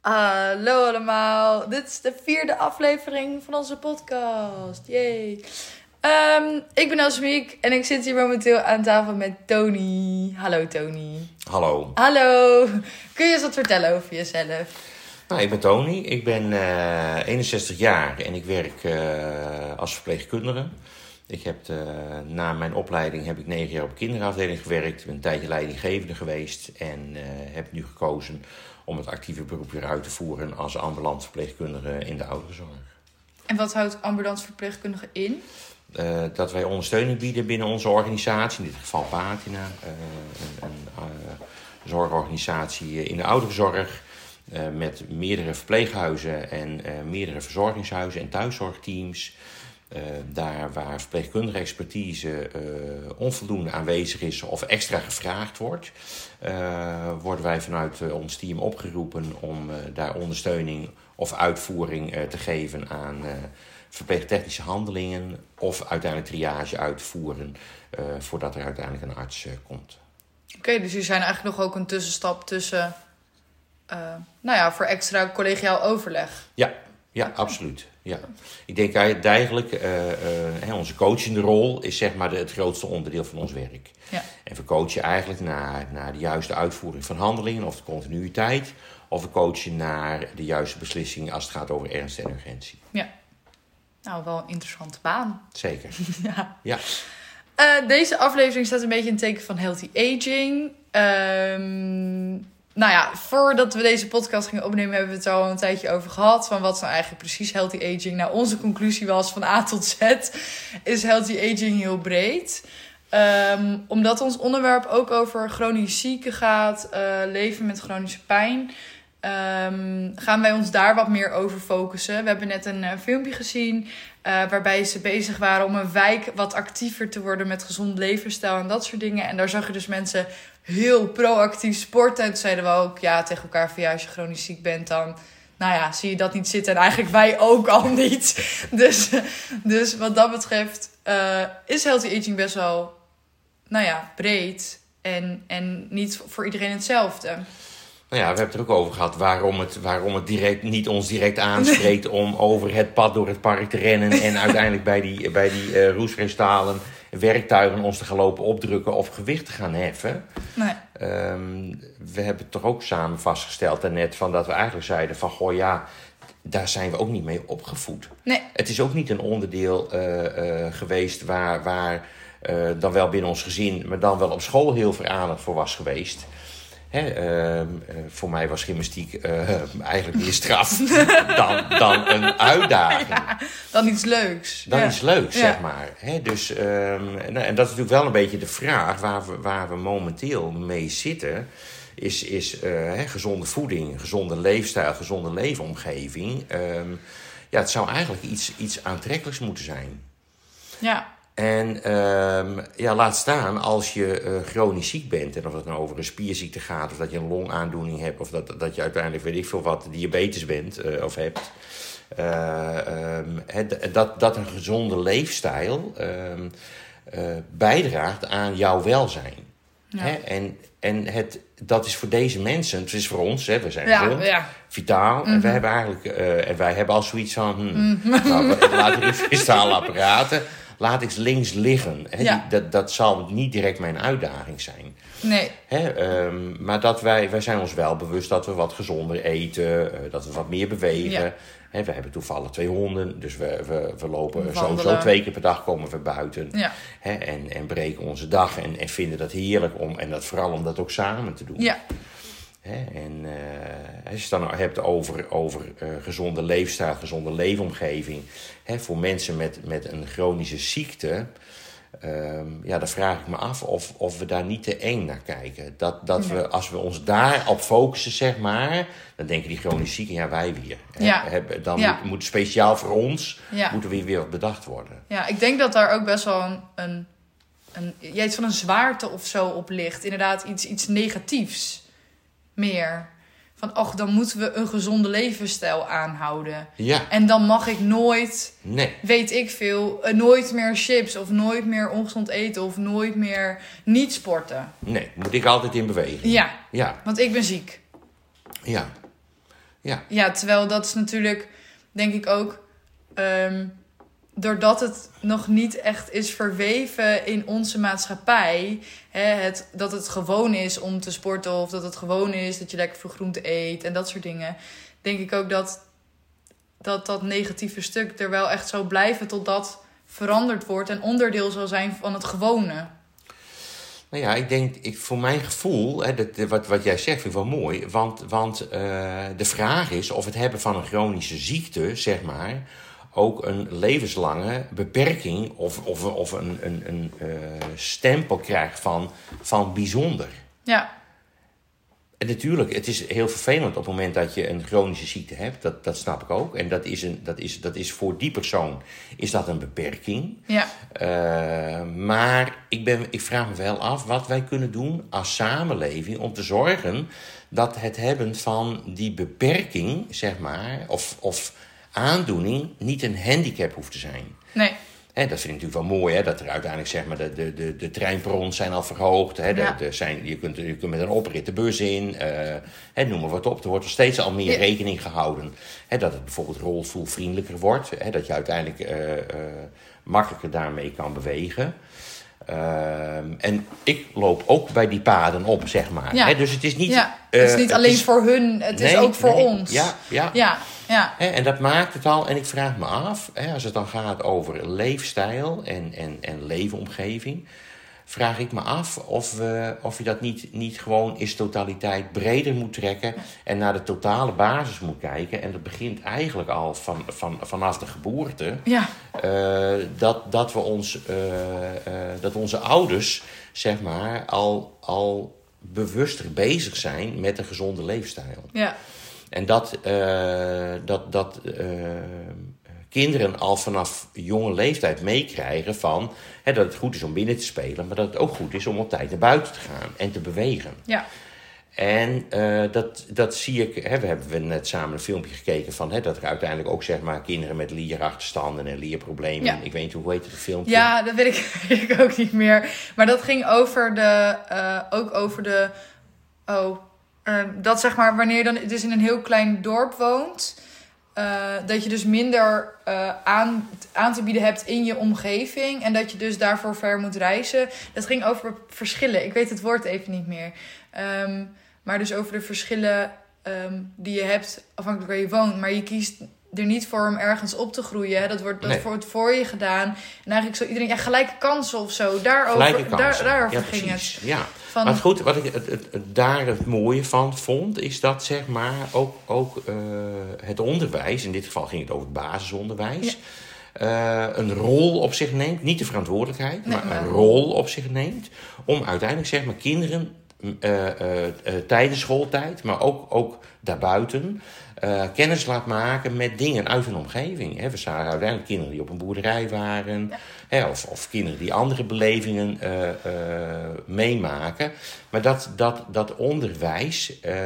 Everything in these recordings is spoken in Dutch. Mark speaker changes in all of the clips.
Speaker 1: Hallo allemaal, dit is de vierde aflevering van onze podcast. Yay. Ehm, ik ben Asmiek en ik zit hier momenteel aan tafel met Tony. Hallo Tony.
Speaker 2: Hallo,
Speaker 1: Hallo. Kun je eens wat vertellen over jezelf?
Speaker 2: nou, ik ben Tony, ik ben eh, 61 jaar en ik werk eh, als verpleegkundige. Ik heb eh, na mijn opleiding heb ik negen jaar op kinderafdeling gewerkt. Ik ben een tijdje leidinggevende geweest en eh, heb nu gekozen om het actieve beroep weer uit te voeren als ambulant verpleegkundige in de ouderenzorg.
Speaker 1: En wat houdt ambulance verpleegkundige in?
Speaker 2: Eh, dat wij ondersteuning bieden binnen onze organisatie, in dit geval Patina, eh, een, een eh, zorgorganisatie in de ouderenzorg. eh, met meerdere verpleeghuizen en eh, meerdere verzorgingshuizen en thuiszorgteams. Eh, daar waar verpleegkundige expertise eh, onvoldoende aanwezig is of extra gevraagd wordt, eh, worden wij vanuit eh, ons team opgeroepen om eh, daar ondersteuning of uitvoering eh, te geven aan eh, verpleegtechnische handelingen of uiteindelijk triage uitvoeren eh, voordat er uiteindelijk een arts eh, komt.
Speaker 1: Oké, dus jullie zijn eigenlijk nog ook een tussenstap tussen, eh, nou ja, voor extra collegiaal overleg.
Speaker 2: Ja, ja absoluut. Ja. Ik denk eigenlijk eigenlijk, eh, eh, hè, onze coachende rol is zeg maar de, het grootste onderdeel van ons werk.
Speaker 1: Ja.
Speaker 2: En we coachen eigenlijk naar, naar de juiste uitvoering van handelingen of de continuïteit. Of we coachen naar de juiste beslissing als het gaat over ernst en urgentie.
Speaker 1: Nou, wel een interessante baan.
Speaker 2: Zeker.
Speaker 1: Ja.
Speaker 2: Ja.
Speaker 1: Eh, deze aflevering staat een beetje in het teken van healthy aging. Ehm, nou ja, voordat we deze podcast gingen opnemen, hebben we het er al een tijdje over gehad. Van wat is nou eigenlijk precies healthy aging? Nou, onze conclusie was van A tot Z is healthy aging heel breed. Ehm, omdat ons onderwerp ook over chronisch zieken gaat, eh, leven met chronische pijn. ehm, gaan wij ons daar wat meer over focussen. We hebben net een eh, filmpje gezien eh, waarbij ze bezig waren om een wijk wat actiever te worden met gezond levensstijl en dat soort dingen. En daar zag je dus mensen heel proactief sporten. En toen zeiden we ook ja, tegen elkaar van ja, als je chronisch ziek bent dan... Nou ja, zie je dat niet zitten en eigenlijk wij ook al niet. Dus, dus wat dat betreft eh, is healthy aging best wel, nou ja, breed. En, en niet voor iedereen hetzelfde.
Speaker 2: Nou ja, we hebben het er ook over gehad waarom het, waarom het direct, niet ons direct aanspreekt om over het pad door het park te rennen en uiteindelijk bij die, bij die eh roesrestalen werktuigen ons te gaan lopen opdrukken of gewicht te gaan heffen.
Speaker 1: Nee.
Speaker 2: Ehm, we hebben het toch ook samen vastgesteld daarnet van dat we eigenlijk zeiden van goh ja, daar zijn we ook niet mee opgevoed.
Speaker 1: Nee.
Speaker 2: Het is ook niet een onderdeel eh, eh, geweest waar, waar eh, dan wel binnen ons gezin, maar dan wel op school heel veel aandacht voor was geweest. Hè, ehm, eh, voor mij was gymnastiek eh, eigenlijk meer straf dan, dan een uitdaging
Speaker 1: Ja, dan iets leuks.
Speaker 2: dan
Speaker 1: Ja.
Speaker 2: iets leuks,
Speaker 1: Ja.
Speaker 2: zeg maar. Hè, dus, ehm, nou, en dat is natuurlijk wel een beetje de vraag waar we, waar we momenteel mee zitten. Is, is eh, hè, gezonde voeding, gezonde leefstijl, gezonde leefomgeving. Ehm, ja, het zou eigenlijk iets, iets aantrekkelijks moeten zijn.
Speaker 1: Ja.
Speaker 2: En ehm, ja, laat staan als je eh, chronisch ziek bent. En of het nou over een spierziekte gaat, of dat je een longaandoening hebt, of dat, dat je uiteindelijk, weet ik veel wat, diabetes bent eh, of hebt. Eh, ehm, hè, d- dat, dat een gezonde leefstijl ehm, eh, bijdraagt aan jouw welzijn.
Speaker 1: Ja.
Speaker 2: Hè? En, en het, dat is voor deze mensen, het is voor ons, hè, we zijn gezond,
Speaker 1: Ja, ja.
Speaker 2: vitaal.
Speaker 1: Mhm.
Speaker 2: En wij hebben eigenlijk, eh, en wij hebben al zoiets van, hmm, nou, we- laat ik fiscale apparaten, laat ik ze links liggen. Hè,
Speaker 1: Ja.
Speaker 2: die- dat, dat zal niet direct mijn uitdaging zijn.
Speaker 1: Nee.
Speaker 2: Hè, ehm, maar dat wij, wij zijn ons wel bewust dat we wat gezonder eten, eh, dat we wat meer bewegen.
Speaker 1: Ja.
Speaker 2: Hè, we hebben toevallig twee honden, dus we, we, we lopen
Speaker 1: Wandelen.
Speaker 2: sowieso twee keer per dag komen we buiten.
Speaker 1: Ja.
Speaker 2: Hè, en, en breken onze dag en, en vinden dat heerlijk om, en dat vooral om dat ook samen te doen.
Speaker 1: Ja.
Speaker 2: Hè, en eh, als je het dan hebt over, over eh, gezonde leefstijl, gezonde leefomgeving. Hè, voor mensen met, met een chronische ziekte. ehm, ja, dan vraag ik me af of, of we daar niet te eng naar kijken. Dat, dat we, als we ons daarop focussen, zeg maar. Dan denken die chronisch zieken, ja, wij weer. Hè,
Speaker 1: Ja.
Speaker 2: hebben- dan
Speaker 1: Ja.
Speaker 2: moet, moet speciaal voor ons,
Speaker 1: Ja.
Speaker 2: moet er weer, weer wat bedacht worden.
Speaker 1: Ja, ik denk dat daar ook best wel een, een, een, ja, iets van een zwaarte of zo op ligt. Inderdaad, iets, iets negatiefs meer. Van, och, dan moeten we een gezonde levensstijl aanhouden.
Speaker 2: Ja,
Speaker 1: En dan mag ik nooit,
Speaker 2: nee.
Speaker 1: weet ik veel, eh, nooit meer chips of nooit meer ongezond eten of nooit meer niet sporten.
Speaker 2: Nee, moet ik altijd in beweging.
Speaker 1: Ja,
Speaker 2: Ja,
Speaker 1: want ik ben ziek.
Speaker 2: ja. Ja.
Speaker 1: Ja, terwijl dat is natuurlijk, denk ik ook, ehm, doordat het nog niet echt is verweven in onze maatschappij, hè, het, dat het gewoon is om te sporten of dat het gewoon is dat je lekker veel groente eet en dat soort dingen, denk ik ook dat dat, dat negatieve stuk er wel echt zal blijven totdat veranderd wordt en onderdeel zal zijn van het gewone.
Speaker 2: Nou ja, ik denk, ik, voor mijn gevoel, hè, dat, wat, wat jij zegt, vind ik wel mooi. Want, want eh, de vraag is of het hebben van een chronische ziekte, zeg maar, ook een levenslange beperking of, of, of een, een, een eh, stempel krijgt van, van bijzonder.
Speaker 1: Ja,
Speaker 2: En natuurlijk, het is heel vervelend op het moment dat je een chronische ziekte hebt. Dat, dat snap ik ook. En dat is, een, dat, is, dat is voor die persoon is dat een beperking.
Speaker 1: ja,
Speaker 2: Eh, maar ik, ben, ik vraag me wel af wat wij kunnen doen als samenleving om te zorgen dat het hebben van die beperking, zeg maar, of, of aandoening, niet een handicap hoeft te zijn.
Speaker 1: nee,
Speaker 2: Hè, dat vind ik natuurlijk wel mooi, hè, dat er uiteindelijk zeg maar, de, de, de, de treinperrons zijn al verhoogd. Hè, de-
Speaker 1: Ja.
Speaker 2: de zijn, je, kunt, je kunt met een oprit de bus in, eh, hè, noem maar wat op. Er wordt nog steeds al meer
Speaker 1: Ja.
Speaker 2: rekening gehouden. Hè, dat het bijvoorbeeld rolstoelvriendelijker wordt. Hè, dat je uiteindelijk eh, eh, makkelijker daarmee kan bewegen. Ehm, en ik loop ook bij die paden op, zeg maar.
Speaker 1: Ja.
Speaker 2: Hè, dus het is niet,
Speaker 1: ja. het is
Speaker 2: eh,
Speaker 1: niet alleen
Speaker 2: is-
Speaker 1: voor hun, het is
Speaker 2: Nee,
Speaker 1: ook voor
Speaker 2: nee.
Speaker 1: ons.
Speaker 2: Ja, ja.
Speaker 1: ja, ja.
Speaker 2: Hè, en dat maakt het al. En ik vraag me af, hè, als het dan gaat over leefstijl en, en, en leefomgeving, vraag ik me af of, we, of je dat niet, niet gewoon is totaliteit breder moet trekken en naar de totale basis moet kijken. En dat begint eigenlijk al van, van, vanaf de geboorte.
Speaker 1: ja.
Speaker 2: eh, dat, dat, we ons, eh, eh, dat onze ouders, zeg maar, al, al bewuster bezig zijn met een gezonde leefstijl.
Speaker 1: Ja,
Speaker 2: En dat, eh, dat, dat eh, kinderen al vanaf jonge leeftijd meekrijgen van hè, dat het goed is om binnen te spelen, maar dat het ook goed is om op tijd naar buiten te gaan en te bewegen.
Speaker 1: ja,
Speaker 2: En eh, dat, dat zie ik, hè, we hebben we net samen een filmpje gekeken van hè, dat er uiteindelijk ook zeg maar, kinderen met lierachterstanden en lierproblemen.
Speaker 1: Ja.
Speaker 2: Ik weet niet hoe heet het filmpje.
Speaker 1: ja dat weet ik, weet ik ook niet meer. Maar dat ging over de, eh, ook over de, oh, eh, dat zeg maar wanneer je dan dus in een heel klein dorp woont, eh, dat je dus minder eh, aan, aan te bieden hebt in je omgeving en dat je dus daarvoor ver moet reizen. Dat ging over verschillen, ik weet het woord even niet meer. Ehm, maar dus over de verschillen ehm, die je hebt afhankelijk waar je woont. Maar je kiest er niet voor om ergens op te groeien. Hè? Dat wordt dat
Speaker 2: Nee.
Speaker 1: wordt voor je gedaan. En eigenlijk zo iedereen, ja, gelijke kansen of zo. Daarover,
Speaker 2: Gelijke
Speaker 1: Daar,
Speaker 2: kansen.
Speaker 1: daarover
Speaker 2: ja,
Speaker 1: ging het.
Speaker 2: precies. Ja.
Speaker 1: Van,
Speaker 2: Maar goed, wat ik het, het, het- daar het mooie van vond, is dat zeg maar ook, ook eh, het onderwijs, in dit geval ging het over het basisonderwijs, eh, een rol op zich neemt. Niet de verantwoordelijkheid,
Speaker 1: Nee,
Speaker 2: maar,
Speaker 1: maar-
Speaker 2: een rol op zich neemt. Om uiteindelijk zeg maar kinderen m, eh, eh, eh, tijdens schooltijd, maar ook, ook daarbuiten, eh, kennis laat maken met dingen uit hun omgeving. hè. we zagen uiteindelijk kinderen die op een boerderij waren, hè, of, of kinderen die andere belevingen eh, eh, meemaken. Maar dat, dat, dat onderwijs eh,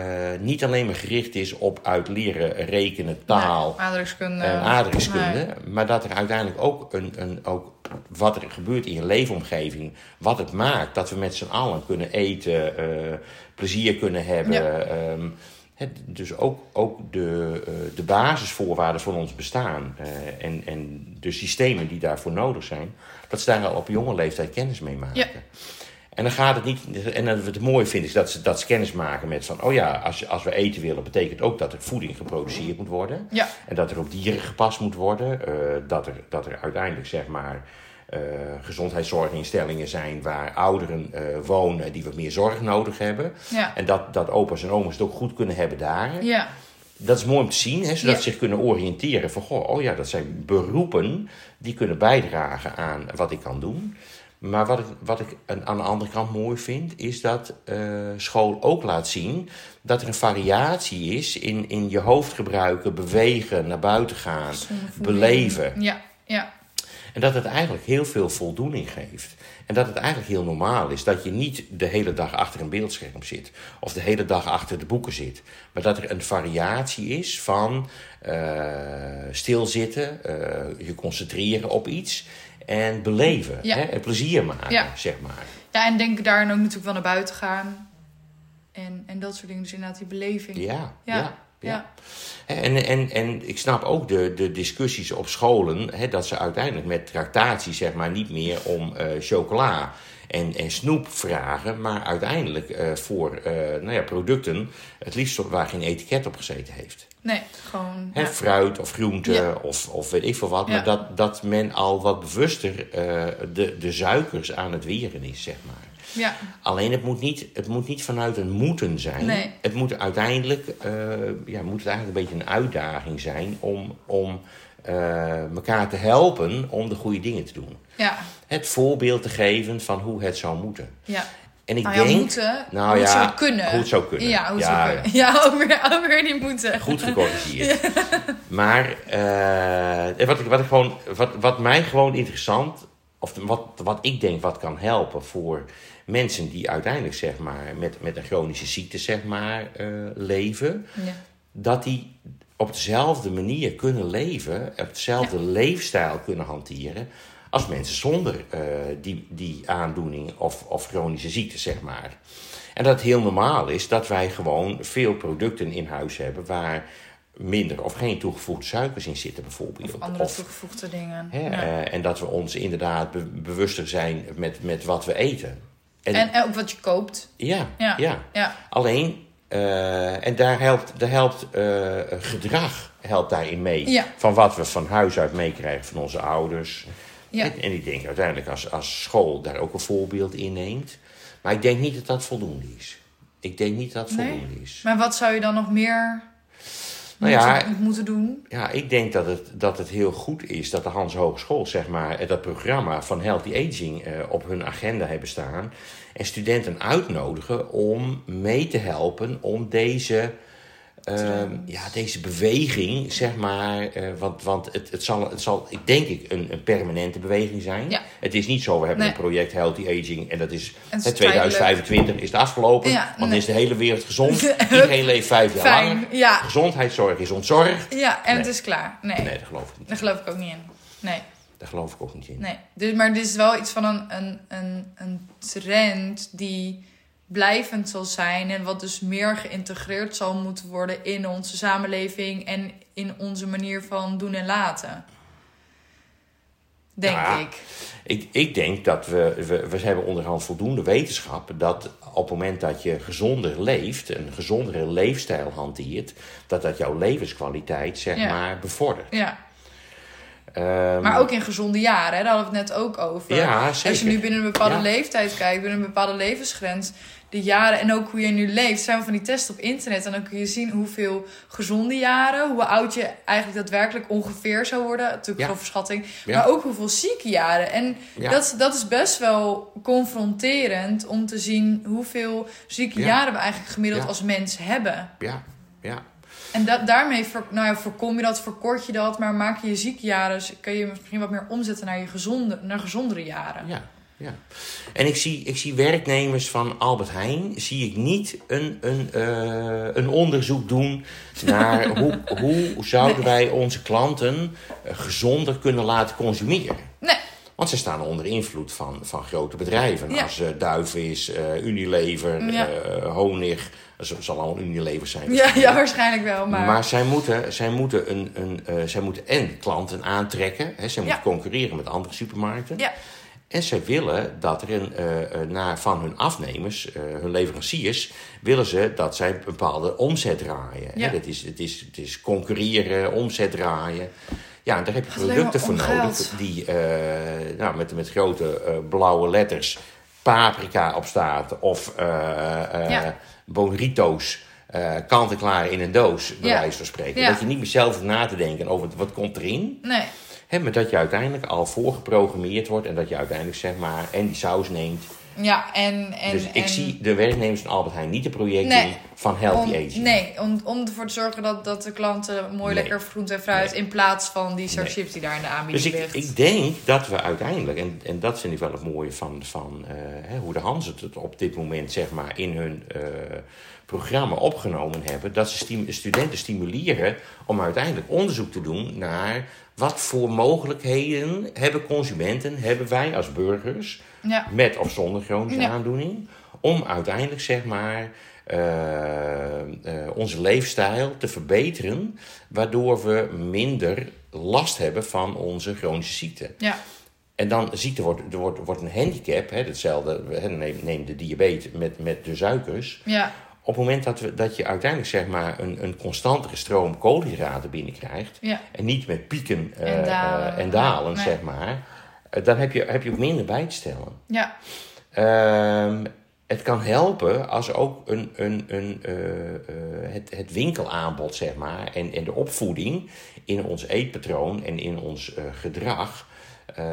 Speaker 2: niet alleen maar gericht is op uit leren rekenen, taal,
Speaker 1: Nee, nou, aardrijkskunde.
Speaker 2: en eh, aardrijkskunde.
Speaker 1: eh, Nee.
Speaker 2: Maar dat er uiteindelijk ook, een, een, ook wat er gebeurt in je leefomgeving, wat het maakt dat we met z'n allen kunnen eten, eh, plezier kunnen hebben.
Speaker 1: Ja.
Speaker 2: ehm, het, dus ook, ook de, eh, de basisvoorwaarden van ons bestaan eh, en, en de systemen die daarvoor nodig zijn, dat ze daar al op jonge leeftijd kennis mee maken.
Speaker 1: Ja.
Speaker 2: En dan gaat het niet. En dan, wat het mooie vind is dat ze, dat ze kennis maken met van. Oh ja, als, je- als we eten willen, betekent ook dat er voeding geproduceerd moet worden.
Speaker 1: Ja,
Speaker 2: En dat er op dieren gepast moet worden. eh, dat, er, dat er uiteindelijk, zeg maar, eh, gezondheidszorginstellingen zijn waar ouderen eh, wonen die wat meer zorg nodig hebben.
Speaker 1: ja,
Speaker 2: En dat, dat opa's en oma's het ook goed kunnen hebben daar.
Speaker 1: ja,
Speaker 2: Dat is mooi om te zien, hè, zodat
Speaker 1: Ja.
Speaker 2: ze zich kunnen oriënteren van, goh, oh ja, dat zijn beroepen die kunnen bijdragen aan wat ik kan doen. Maar wat ik, wat ik aan aan de andere kant mooi vind, is dat eh, school ook laat zien dat er een variatie is in, in je hoofd gebruiken, bewegen, naar buiten gaan,
Speaker 1: Gezonde voeding.
Speaker 2: beleven.
Speaker 1: ja, ja,
Speaker 2: En dat het eigenlijk heel veel voldoening geeft. En dat het eigenlijk heel normaal is dat je niet de hele dag achter een beeldscherm zit. Of de hele dag achter de boeken zit. Maar dat er een variatie is van eh, stilzitten, eh, je concentreren op iets. En beleven.
Speaker 1: Ja.
Speaker 2: Hè? En plezier maken,
Speaker 1: Ja.
Speaker 2: zeg maar.
Speaker 1: ja. En denk daarin ook natuurlijk wel naar buiten gaan. En, en dat soort dingen. Dus inderdaad die beleving.
Speaker 2: Ja, ja.
Speaker 1: Ja.
Speaker 2: ja.
Speaker 1: ja.
Speaker 2: En, en, en ik snap ook de, de discussies op scholen, hè, dat ze uiteindelijk met tractatie zeg maar, niet meer om eh, chocola en, en snoep vragen, maar uiteindelijk eh, voor eh, nou ja, producten, het liefst waar geen etiket op gezeten heeft.
Speaker 1: Nee, gewoon.
Speaker 2: Hè,
Speaker 1: ja.
Speaker 2: Fruit of groente
Speaker 1: Ja.
Speaker 2: of, of weet ik veel wat,
Speaker 1: Ja.
Speaker 2: maar dat, dat men al wat bewuster eh, de, de suikers aan het weren is, zeg maar.
Speaker 1: Ja.
Speaker 2: Alleen het moet niet, het moet niet vanuit een moeten zijn.
Speaker 1: Nee.
Speaker 2: Het moet uiteindelijk eh, ja, moet het eigenlijk een beetje een uitdaging zijn om, om eh, elkaar te helpen om de goede dingen te doen.
Speaker 1: Ja.
Speaker 2: Het voorbeeld te geven van hoe het zou moeten.
Speaker 1: ja.
Speaker 2: En ik
Speaker 1: nou ja,
Speaker 2: denk.
Speaker 1: moeten.
Speaker 2: nou
Speaker 1: hoe het
Speaker 2: ja,
Speaker 1: zou kunnen.
Speaker 2: hoe het zou kunnen.
Speaker 1: Ja, hoe het
Speaker 2: Ja,
Speaker 1: zou kunnen. Ja, ook weer, ook weer niet moeten.
Speaker 2: Goed gecorrigeerd. Maar eh, wat, ik, wat, ik gewoon, wat, wat mij gewoon interessant, of wat, wat ik denk wat kan helpen voor mensen die uiteindelijk zeg maar, met, met een chronische ziekte zeg maar, eh, leven,
Speaker 1: Ja.
Speaker 2: dat die op dezelfde manier kunnen leven, op dezelfde leefstijl kunnen hanteren. Als mensen zonder eh, die, die aandoening of, of chronische ziekte, zeg maar. En dat het heel normaal is dat wij gewoon veel producten in huis hebben waar minder of geen toegevoegde suikers in zitten, bijvoorbeeld.
Speaker 1: Of andere
Speaker 2: Of,
Speaker 1: toegevoegde dingen.
Speaker 2: hè,
Speaker 1: Ja.
Speaker 2: eh, en dat we ons inderdaad be- bewuster zijn met, met wat we eten. En,
Speaker 1: en, en ook wat je koopt.
Speaker 2: ja,
Speaker 1: Ja.
Speaker 2: ja.
Speaker 1: Ja.
Speaker 2: Alleen, eh, en daar helpt, daar helpt eh, gedrag helpt daarin mee.
Speaker 1: Ja.
Speaker 2: Van wat we van huis uit meekrijgen van onze ouders.
Speaker 1: Ja.
Speaker 2: En, en ik denk uiteindelijk als, als school daar ook een voorbeeld in neemt. Maar ik denk niet dat dat voldoende is. Ik denk niet dat dat
Speaker 1: Nee?
Speaker 2: voldoende is.
Speaker 1: Maar wat zou je dan nog meer
Speaker 2: Nou ja,
Speaker 1: moeten, moeten doen?
Speaker 2: ja, ik denk dat het, dat het heel goed is dat de Hans Hogeschool, zeg maar, eh, dat programma van Healthy Aging eh, op hun agenda hebben staan. En studenten uitnodigen om mee te helpen om deze, ehm, ja, deze beweging, zeg maar. eh, want want het, het, zal, het zal, ik denk ik, een, een permanente beweging zijn.
Speaker 1: Ja.
Speaker 2: Het is niet zo, we hebben
Speaker 1: Nee.
Speaker 2: een project Healthy Aging en dat is,
Speaker 1: Het is
Speaker 2: hè, 2025 is het afgelopen.
Speaker 1: Ja,
Speaker 2: want dan
Speaker 1: nee.
Speaker 2: is de hele wereld gezond. Iedereen leeft vijf jaar
Speaker 1: Fijn.
Speaker 2: langer.
Speaker 1: Ja.
Speaker 2: Gezondheidszorg is ontzorgd.
Speaker 1: ja, en het
Speaker 2: Nee.
Speaker 1: is klaar. Nee.
Speaker 2: Nee, dat geloof ik niet.
Speaker 1: Daar geloof ik ook niet in. Nee.
Speaker 2: Daar geloof ik ook niet in.
Speaker 1: nee. Dus, maar dit is wel iets van een, een, een, een trend die blijvend zal zijn. En wat dus meer geïntegreerd zal moeten worden in onze samenleving. En in onze manier van doen en laten. Denk
Speaker 2: Ja.
Speaker 1: ik.
Speaker 2: Ik, ik denk dat we, we, we hebben onderhand voldoende wetenschap dat op het moment dat je gezonder leeft, een gezondere leefstijl hanteert, dat dat jouw levenskwaliteit zeg
Speaker 1: Ja.
Speaker 2: maar bevordert.
Speaker 1: Ja.
Speaker 2: Ehm,
Speaker 1: Maar ook in gezonde jaren, hè? daar hadden we het net ook over.
Speaker 2: Ja, zeker.
Speaker 1: Als je nu binnen een bepaalde
Speaker 2: Ja.
Speaker 1: leeftijd kijkt, binnen een bepaalde levensgrens, de jaren en ook hoe je nu leeft, zijn we van die testen op internet. En dan kun je zien hoeveel gezonde jaren, hoe oud je eigenlijk daadwerkelijk ongeveer zou worden. Natuurlijk
Speaker 2: Ja.
Speaker 1: gewoon verschatting.
Speaker 2: Ja.
Speaker 1: Maar ook hoeveel zieke jaren. En
Speaker 2: Ja.
Speaker 1: dat, dat is best wel confronterend om te zien hoeveel zieke
Speaker 2: Ja.
Speaker 1: jaren we eigenlijk gemiddeld
Speaker 2: Ja.
Speaker 1: als mens hebben.
Speaker 2: ja, ja.
Speaker 1: En da- daarmee voor, nou ja, voorkom je dat, verkort je dat, maar maak je je ziekjaren, dus kun je misschien wat meer omzetten naar, je gezonde, naar gezondere jaren.
Speaker 2: Ja, ja. En ik zie, ik zie werknemers van Albert Heijn, zie ik niet een, een, eh, een onderzoek doen naar hoe, hoe zouden wij onze klanten eh, gezonder kunnen laten consumeren.
Speaker 1: Nee,
Speaker 2: Want ze staan onder invloed van, van grote bedrijven.
Speaker 1: Ja.
Speaker 2: Als eh, Duivis, eh, Unilever,
Speaker 1: Ja.
Speaker 2: eh, Honig. Dat zal al een Unilever zijn.
Speaker 1: ja, ja waarschijnlijk wel, maar,
Speaker 2: Maar, zij, moeten, zij, moeten een, een, eh, zij moeten en klanten aantrekken. Hè, zij
Speaker 1: Ja.
Speaker 2: moeten concurreren met andere supermarkten.
Speaker 1: ja,
Speaker 2: En zij willen dat er een, eh, eh, na, van hun afnemers, eh, hun leveranciers... willen ze dat zij een bepaalde omzet draaien.
Speaker 1: Ja.
Speaker 2: Hè, dat is, het, is, het is concurreren, omzet draaien. Ja, en daar heb je
Speaker 1: Het gaat alleen
Speaker 2: producten voor
Speaker 1: maar om
Speaker 2: nodig...
Speaker 1: geld.
Speaker 2: die eh, nou, met, met grote eh, blauwe letters paprika op staat... of eh eh,
Speaker 1: Ja.
Speaker 2: bonrito's... eh, kant-en-klaar in een doos, bij
Speaker 1: Ja.
Speaker 2: wijze van spreken.
Speaker 1: Ja.
Speaker 2: Dat je niet meer zelf hoeft na te denken over wat komt erin.
Speaker 1: nee.
Speaker 2: Hè, maar dat je uiteindelijk al voorgeprogrammeerd wordt en dat je uiteindelijk zeg maar en die saus neemt.
Speaker 1: Ja, en... en
Speaker 2: dus ik
Speaker 1: en
Speaker 2: zie de werknemers van Albert Heijn niet de projecten
Speaker 1: Nee.
Speaker 2: van healthy
Speaker 1: om,
Speaker 2: aging.
Speaker 1: Nee, om, om ervoor te zorgen dat, dat de klanten mooi
Speaker 2: Nee.
Speaker 1: lekker groente en fruit... in plaats van die soort chips die daar in de
Speaker 2: Dus
Speaker 1: aanbieding
Speaker 2: ik,
Speaker 1: ligt.
Speaker 2: ik denk dat we uiteindelijk, en, en dat vind ik wel het mooie van, van eh, hè, hoe de Hans het op dit moment zeg maar, in hun eh, programma opgenomen hebben, dat ze stim- studenten stimuleren om uiteindelijk onderzoek te doen naar wat voor mogelijkheden hebben consumenten, hebben wij als burgers
Speaker 1: Ja,
Speaker 2: met of zonder chronische
Speaker 1: Ja.
Speaker 2: aandoening. Om uiteindelijk zeg maar eh, eh, onze leefstijl te verbeteren, waardoor we minder last hebben van onze chronische ziekte.
Speaker 1: Ja,
Speaker 2: En dan ziekte wordt, er wordt, wordt een handicap, hè, hetzelfde, hè, neem, neem de diabetes met, met de suikers.
Speaker 1: ja,
Speaker 2: Op het moment dat, we, dat je uiteindelijk zeg maar, een, een constantere stroom koolhydraten binnenkrijgt,
Speaker 1: ja.
Speaker 2: en niet met pieken eh, eh,
Speaker 1: En dalen.
Speaker 2: en dalen,
Speaker 1: Nee.
Speaker 2: zeg maar, eh, dan heb je, heb je ook minder bij te stellen.
Speaker 1: ja.
Speaker 2: Ehm, het kan helpen als ook een, een, een, eh, eh, het, het winkelaanbod, zeg maar, en, en de opvoeding in ons eetpatroon en in ons eh, gedrag. eh,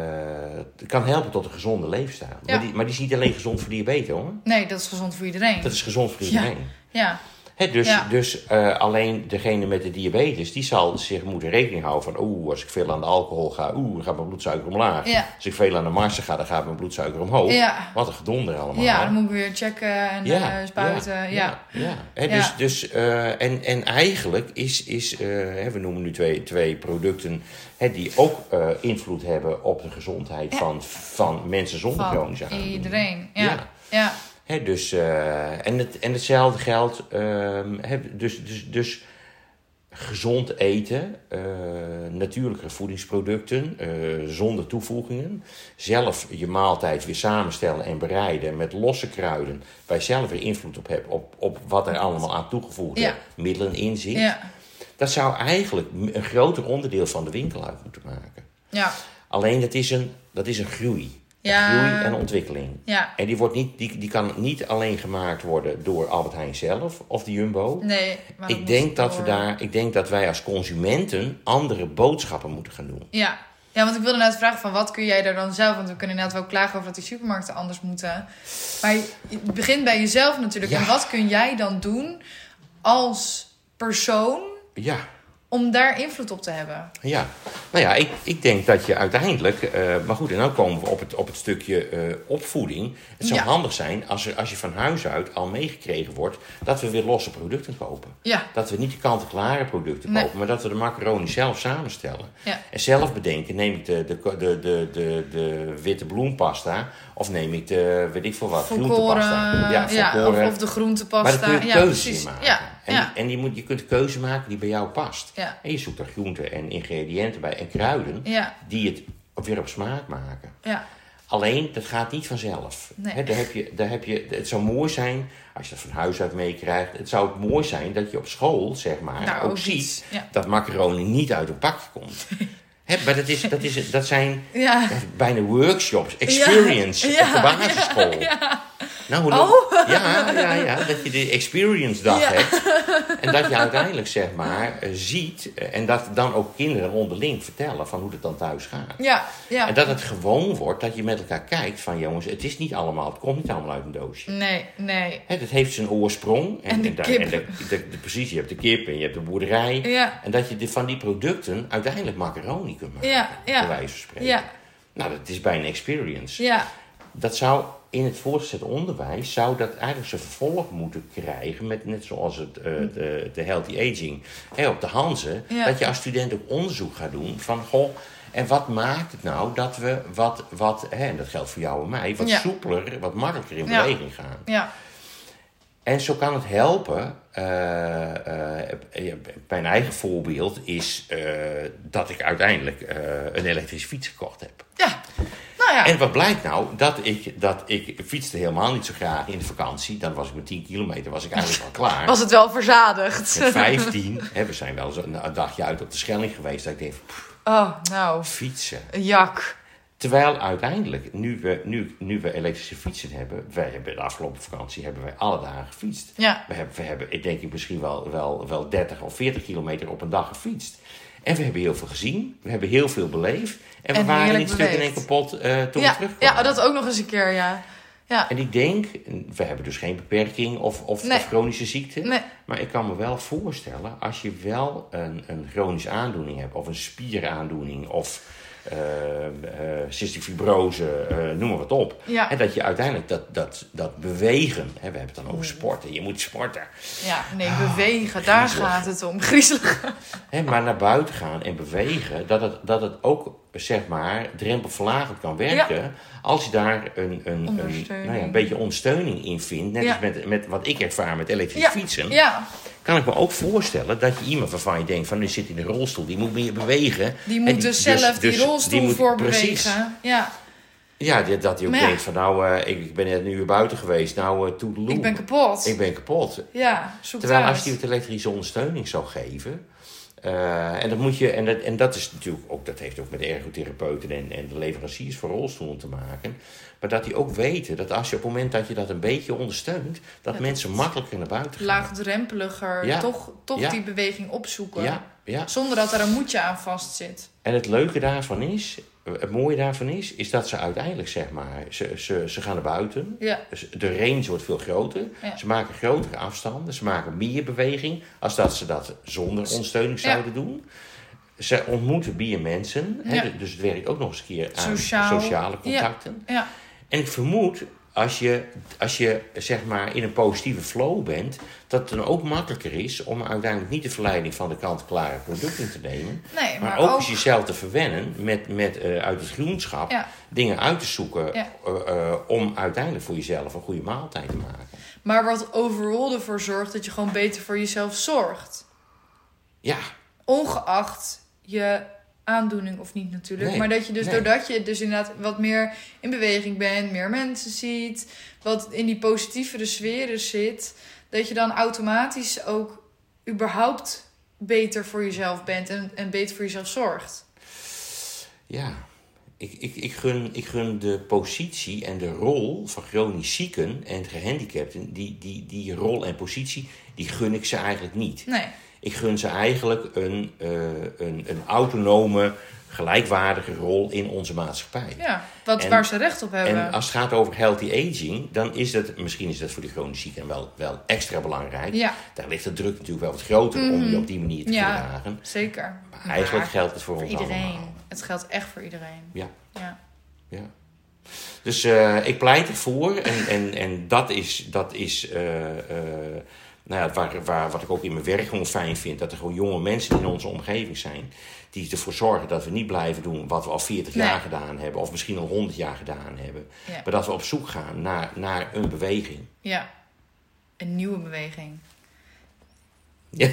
Speaker 2: het kan helpen tot een gezonde leefstijl.
Speaker 1: Ja.
Speaker 2: Maar, die, maar die is niet alleen gezond voor diabetes hoor.
Speaker 1: Nee, dat is gezond voor iedereen.
Speaker 2: Dat is gezond voor
Speaker 1: Ja.
Speaker 2: iedereen.
Speaker 1: Ja,
Speaker 2: Hè, dus
Speaker 1: Ja.
Speaker 2: dus eh, alleen degene met de diabetes, die zal zich moeten rekening houden van... oeh, als ik veel aan de alcohol ga, oeh, dan gaat mijn bloedsuiker omlaag.
Speaker 1: Ja.
Speaker 2: Als ik veel aan de marsen ga, dan gaat mijn bloedsuiker omhoog.
Speaker 1: ja.
Speaker 2: Wat een gedonder Oh. allemaal.
Speaker 1: Ja, dan moet ik weer checken en eh, spuiten. Ja, ja.
Speaker 2: ja, ja. Hè,
Speaker 1: Ja.
Speaker 2: Dus, dus, eh, en, en eigenlijk is, is eh, hè, we noemen nu twee, twee producten hè, die ook eh, invloed hebben op de gezondheid
Speaker 1: Ja.
Speaker 2: van, van mensen zonder
Speaker 1: van
Speaker 2: chronische aandoeningen.
Speaker 1: iedereen. Ja, ja.
Speaker 2: Ja. Hè, dus, eh, en, het, en hetzelfde geldt, ehm, hè, dus, dus, dus gezond eten, eh, natuurlijke voedingsproducten, eh, zonder toevoegingen. Zelf je maaltijd weer samenstellen en bereiden met losse kruiden. Waar je zelf weer invloed op hebt, op, op wat er allemaal aan toegevoegde
Speaker 1: Ja.
Speaker 2: middelen in zit.
Speaker 1: ja.
Speaker 2: Dat zou eigenlijk een groter onderdeel van de winkel uit moeten maken.
Speaker 1: ja.
Speaker 2: Alleen dat is een, dat is een groei. Een
Speaker 1: Ja.
Speaker 2: Groei en ontwikkeling.
Speaker 1: ja.
Speaker 2: En die, wordt niet, die, die kan niet alleen gemaakt worden door Albert Heijn zelf of de Jumbo.
Speaker 1: Nee, maar
Speaker 2: ik,
Speaker 1: moet eh,
Speaker 2: denk dat we
Speaker 1: door.
Speaker 2: daar, ik denk dat wij als consumenten andere boodschappen moeten gaan doen.
Speaker 1: Ja. ja, want ik wilde inderdaad vragen van wat kun jij daar dan zelf... want we kunnen inderdaad wel klagen over dat die supermarkten anders moeten. Maar je- het begint bij jezelf natuurlijk.
Speaker 2: Ja.
Speaker 1: En wat kun jij dan doen als persoon
Speaker 2: Ja,
Speaker 1: om daar invloed op te hebben?
Speaker 2: ja. Nou ja, ik, ik denk dat je uiteindelijk... eh, maar goed, en dan komen we op het, op het stukje eh, opvoeding. Het zou
Speaker 1: Ja.
Speaker 2: handig zijn als, er, als je van huis uit al meegekregen wordt... dat we weer losse producten kopen.
Speaker 1: Ja,
Speaker 2: Dat we niet de kant-en-klare producten
Speaker 1: Nee.
Speaker 2: kopen... maar dat we de macaroni zelf samenstellen.
Speaker 1: ja,
Speaker 2: En zelf bedenken, neem ik de, de, de, de, de, de witte bloempasta of neem ik de, weet ik veel wat,
Speaker 1: volkoren.
Speaker 2: groentepasta.
Speaker 1: Ja,
Speaker 2: volkoren.
Speaker 1: of, of de
Speaker 2: maar
Speaker 1: groentepasta.
Speaker 2: daar kun je
Speaker 1: ja,
Speaker 2: keuzes
Speaker 1: precies.
Speaker 2: in maken.
Speaker 1: Ja,
Speaker 2: en
Speaker 1: ja,
Speaker 2: en die moet, je kunt een keuze maken die bij jou past.
Speaker 1: ja,
Speaker 2: En je zoekt er groenten en ingrediënten bij en kruiden
Speaker 1: ja,
Speaker 2: die het op- weer op smaak maken.
Speaker 1: ja,
Speaker 2: Alleen, dat gaat niet vanzelf.
Speaker 1: Nee.
Speaker 2: Hè, daar heb je, daar heb je, het zou mooi zijn, als je dat van huis uit meekrijgt... het zou het mooi zijn dat je op school, zeg maar,
Speaker 1: Nou,
Speaker 2: ook,
Speaker 1: ook
Speaker 2: ziet...
Speaker 1: iets, ja.
Speaker 2: dat macaroni niet uit een pakje komt. Hè, maar dat, is, dat, is, dat zijn
Speaker 1: ja.
Speaker 2: bijna workshops, experience
Speaker 1: Ja,
Speaker 2: op de basisschool. Nou, hoe
Speaker 1: Oh.
Speaker 2: ja, ja, ja, dat je de experience dag
Speaker 1: Ja.
Speaker 2: hebt. En dat je uiteindelijk zeg maar eh, ziet eh, en dat dan ook kinderen onderling vertellen van hoe het dan thuis gaat.
Speaker 1: Ja, ja.
Speaker 2: En dat het gewoon wordt dat je met elkaar kijkt van jongens, het is niet allemaal, het komt niet allemaal uit een doosje.
Speaker 1: Nee, nee.
Speaker 2: Hè, dat heeft zijn oorsprong.
Speaker 1: Mm. En de
Speaker 2: daar-
Speaker 1: kip.
Speaker 2: en de- de- de- precies, je hebt de kip en je hebt de boerderij.
Speaker 1: Ja,
Speaker 2: En dat je de- van die producten uiteindelijk macaroni kunt maken.
Speaker 1: Ja, ja.
Speaker 2: Bij wijze van spreken.
Speaker 1: ja,
Speaker 2: Nou, dat is bijna experience.
Speaker 1: ja,
Speaker 2: Dat zou in het voortgezet onderwijs zou dat eigenlijk zijn vervolg moeten krijgen. Met, net zoals het, eh, de, de healthy aging hè, op de Hanze.
Speaker 1: Mm. Ja.
Speaker 2: Dat je als student ook onderzoek gaat doen van goh. En wat maakt het nou dat we wat, wat hè, en dat geldt voor jou en mij, wat
Speaker 1: Ja.
Speaker 2: soepeler, wat makkelijker in
Speaker 1: Ja.
Speaker 2: beweging gaan?
Speaker 1: ja.
Speaker 2: En zo kan het helpen. eh, eh, ja, mijn eigen voorbeeld is eh, dat ik uiteindelijk eh, een elektrische fiets gekocht heb.
Speaker 1: Ja. Nou ja.
Speaker 2: En wat blijkt nou? Dat ik, dat ik fietste helemaal niet zo graag in de vakantie. Dan was ik met 10 kilometer was ik eigenlijk al klaar.
Speaker 1: was het wel verzadigd.
Speaker 2: Met 15. Hè, we zijn wel eens een, een dagje uit op de Schelling geweest. Dat ik denk, pff,
Speaker 1: Oh, nou.
Speaker 2: fietsen.
Speaker 1: Een jak.
Speaker 2: Terwijl uiteindelijk, nu we, nu, nu we elektrische fietsen hebben... Wij hebben de afgelopen vakantie hebben wij alle dagen gefietst.
Speaker 1: Ja.
Speaker 2: We hebben, we hebben ik denk ik, misschien wel, wel, wel 30 of 40 kilometer op een dag gefietst. En we hebben heel veel gezien, we hebben heel veel beleefd. En we
Speaker 1: En
Speaker 2: waren
Speaker 1: heerlijk
Speaker 2: niet stuk in één
Speaker 1: beleefd.
Speaker 2: kapot eh, toen
Speaker 1: ja,
Speaker 2: we terugkwamen.
Speaker 1: ja, dat ook nog eens een keer, ja. Ja.
Speaker 2: En ik denk, we hebben dus geen beperking of, of,
Speaker 1: Nee.
Speaker 2: of chronische ziekte.
Speaker 1: Nee.
Speaker 2: Maar ik kan me wel voorstellen, als je wel een, een chronische aandoening hebt, of een spieraandoening, of eh, eh, cystic fibrose, eh, noem maar wat op.
Speaker 1: Ja.
Speaker 2: En dat je uiteindelijk dat, dat, dat bewegen, hè, we hebben het dan over sporten, je moet sporten.
Speaker 1: Ja, nee, bewegen, daar
Speaker 2: Ah, griezelig.
Speaker 1: gaat het om. Griezelig.
Speaker 2: Hè, maar naar buiten gaan en bewegen, dat het, dat het ook zeg maar, drempelverlagend kan werken. Als je daar een, een, een,
Speaker 1: Ondersteuning.
Speaker 2: nou ja, een beetje ondersteuning in vindt. Net
Speaker 1: Ja.
Speaker 2: als met, met wat ik ervaar met elektrisch
Speaker 1: Ja.
Speaker 2: fietsen.
Speaker 1: Ja,
Speaker 2: Kan ik me ook voorstellen dat je iemand waarvan je denkt van die zit in een rolstoel. Die moet meer bewegen.
Speaker 1: die
Speaker 2: En
Speaker 1: moet dus zelf die
Speaker 2: dus
Speaker 1: rolstoel
Speaker 2: moet-
Speaker 1: voor
Speaker 2: precies.
Speaker 1: bewegen. Ja,
Speaker 2: Ja, dat- dat hij ook
Speaker 1: Maar ja.
Speaker 2: denkt van nou, eh, ik, ik ben net een uur buiten geweest. Nou, eh toedeloe.
Speaker 1: ik ben kapot.
Speaker 2: Ik ben kapot.
Speaker 1: Ja, zoek
Speaker 2: Terwijl
Speaker 1: het
Speaker 2: als je
Speaker 1: uit.
Speaker 2: die het elektrische ondersteuning zou geven. eh, en, dat moet je, en, dat, en dat is natuurlijk ook, dat heeft ook met ergotherapeuten en, en de leveranciers van rolstoelen te maken. Maar dat die ook weten dat als je op het moment dat je dat een beetje ondersteunt, dat
Speaker 1: Ja,
Speaker 2: mensen
Speaker 1: dat-
Speaker 2: makkelijker naar buiten gaan.
Speaker 1: Laagdrempeliger,
Speaker 2: Ja.
Speaker 1: toch, toch
Speaker 2: Ja.
Speaker 1: die beweging opzoeken.
Speaker 2: Ja, ja.
Speaker 1: Zonder dat er een moedje aan vast zit.
Speaker 2: En het leuke daarvan is, het mooie daarvan is, is dat ze uiteindelijk zeg maar, ze, ze, ze gaan naar buiten.
Speaker 1: Ja,
Speaker 2: Dus de range wordt veel groter.
Speaker 1: Ja.
Speaker 2: Ze maken grotere afstanden. Ze maken meer beweging als dat ze dat zonder ondersteuning
Speaker 1: Ja.
Speaker 2: zouden doen. Ze ontmoeten meer mensen. hè,
Speaker 1: Ja.
Speaker 2: dus het werkt ook nog eens een keer aan
Speaker 1: Sociaal.
Speaker 2: sociale contacten.
Speaker 1: ja.
Speaker 2: En ik vermoed, als je, als je zeg maar in een positieve flow bent... dat het dan ook makkelijker is om uiteindelijk niet de verleiding van de kant-klare producten te nemen...
Speaker 1: Nee,
Speaker 2: Maar,
Speaker 1: maar,
Speaker 2: ook, eens jezelf te verwennen met, met eh, uit het groenschap
Speaker 1: Ja.
Speaker 2: dingen uit te zoeken.
Speaker 1: Ja.
Speaker 2: eh, eh, om uiteindelijk voor jezelf een goede maaltijd te maken.
Speaker 1: Maar wat overal ervoor zorgt dat je gewoon beter voor jezelf zorgt.
Speaker 2: Ja,
Speaker 1: Ongeacht je aandoening of niet natuurlijk.
Speaker 2: Nee,
Speaker 1: maar dat je dus
Speaker 2: nee.
Speaker 1: doordat je dus inderdaad wat meer in beweging bent, meer mensen ziet, wat in die positievere sferen zit, dat je dan automatisch ook überhaupt beter voor jezelf bent en, en beter voor jezelf zorgt.
Speaker 2: ja. Ik, ik, ik, gun, ik gun de positie en de rol van chronisch zieken en gehandicapten. Die, die, die rol en positie, die gun ik ze eigenlijk niet.
Speaker 1: Nee,
Speaker 2: Ik gun ze eigenlijk een, eh, een, een autonome, gelijkwaardige rol in onze maatschappij.
Speaker 1: ja. Wat,
Speaker 2: En-
Speaker 1: waar ze recht op hebben.
Speaker 2: En als het gaat over healthy aging, dan is dat, misschien is dat voor de chronisch zieken wel, wel extra belangrijk.
Speaker 1: Ja, Mhm.
Speaker 2: Daar ligt de druk natuurlijk wel wat groter om je op die manier te
Speaker 1: Ja.
Speaker 2: gedragen.
Speaker 1: zeker.
Speaker 2: Maar eigenlijk
Speaker 1: Maar
Speaker 2: geldt het voor,
Speaker 1: voor
Speaker 2: ons allemaal.
Speaker 1: iedereen. Het geldt echt voor iedereen.
Speaker 2: Ja.
Speaker 1: Ja.
Speaker 2: Ja. Dus eh, ik pleit ervoor en, en, en dat is, dat is eh, eh, nou ja, waar, waar, wat ik ook in mijn werk gewoon fijn vind. Dat er gewoon jonge mensen in onze omgeving zijn die ervoor zorgen dat we niet blijven doen wat we al 40
Speaker 1: Nee.
Speaker 2: jaar gedaan hebben of misschien al 100 jaar gedaan hebben.
Speaker 1: Ja.
Speaker 2: Maar dat we op zoek gaan naar, naar een beweging.
Speaker 1: Ja, een nieuwe beweging.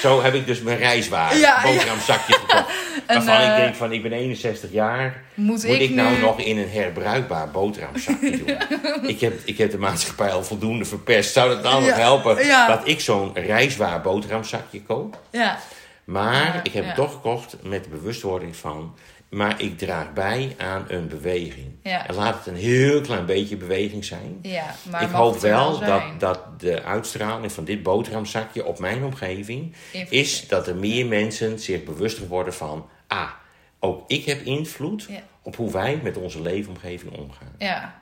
Speaker 2: Zo heb ik dus mijn reiswagen,
Speaker 1: Ja,
Speaker 2: boterhamzakje gekocht. waarvan
Speaker 1: eh,
Speaker 2: ik denk van, ik ben 61 jaar.
Speaker 1: Moet,
Speaker 2: Moet ik,
Speaker 1: nu...
Speaker 2: nou nog in een herbruikbaar boterhamzakje doen? ik, heb, ik heb de maatschappij al voldoende verpest. Zou het nou nog
Speaker 1: Ja,
Speaker 2: helpen
Speaker 1: ja.
Speaker 2: dat ik zo'n reiswaar boterhamzakje koop?
Speaker 1: Ja,
Speaker 2: Maar
Speaker 1: Ja,
Speaker 2: ik heb
Speaker 1: ja.
Speaker 2: het toch gekocht met de bewustwording van... maar ik draag bij aan een beweging.
Speaker 1: Ja.
Speaker 2: En laat het een heel klein beetje beweging zijn...
Speaker 1: ja maar
Speaker 2: ik
Speaker 1: mag
Speaker 2: hoop
Speaker 1: het er nou
Speaker 2: wel dat,
Speaker 1: zijn?
Speaker 2: dat de uitstraling van dit boterhamzakje op mijn omgeving
Speaker 1: Invloed
Speaker 2: is dat er meer mensen zich bewust worden van... ah, ook ik heb invloed
Speaker 1: Ja.
Speaker 2: op hoe wij met onze leefomgeving omgaan.
Speaker 1: Ja.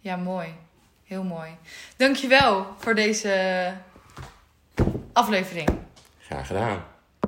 Speaker 1: ja, mooi. Heel mooi. Dankjewel voor deze aflevering.
Speaker 2: Graag gedaan.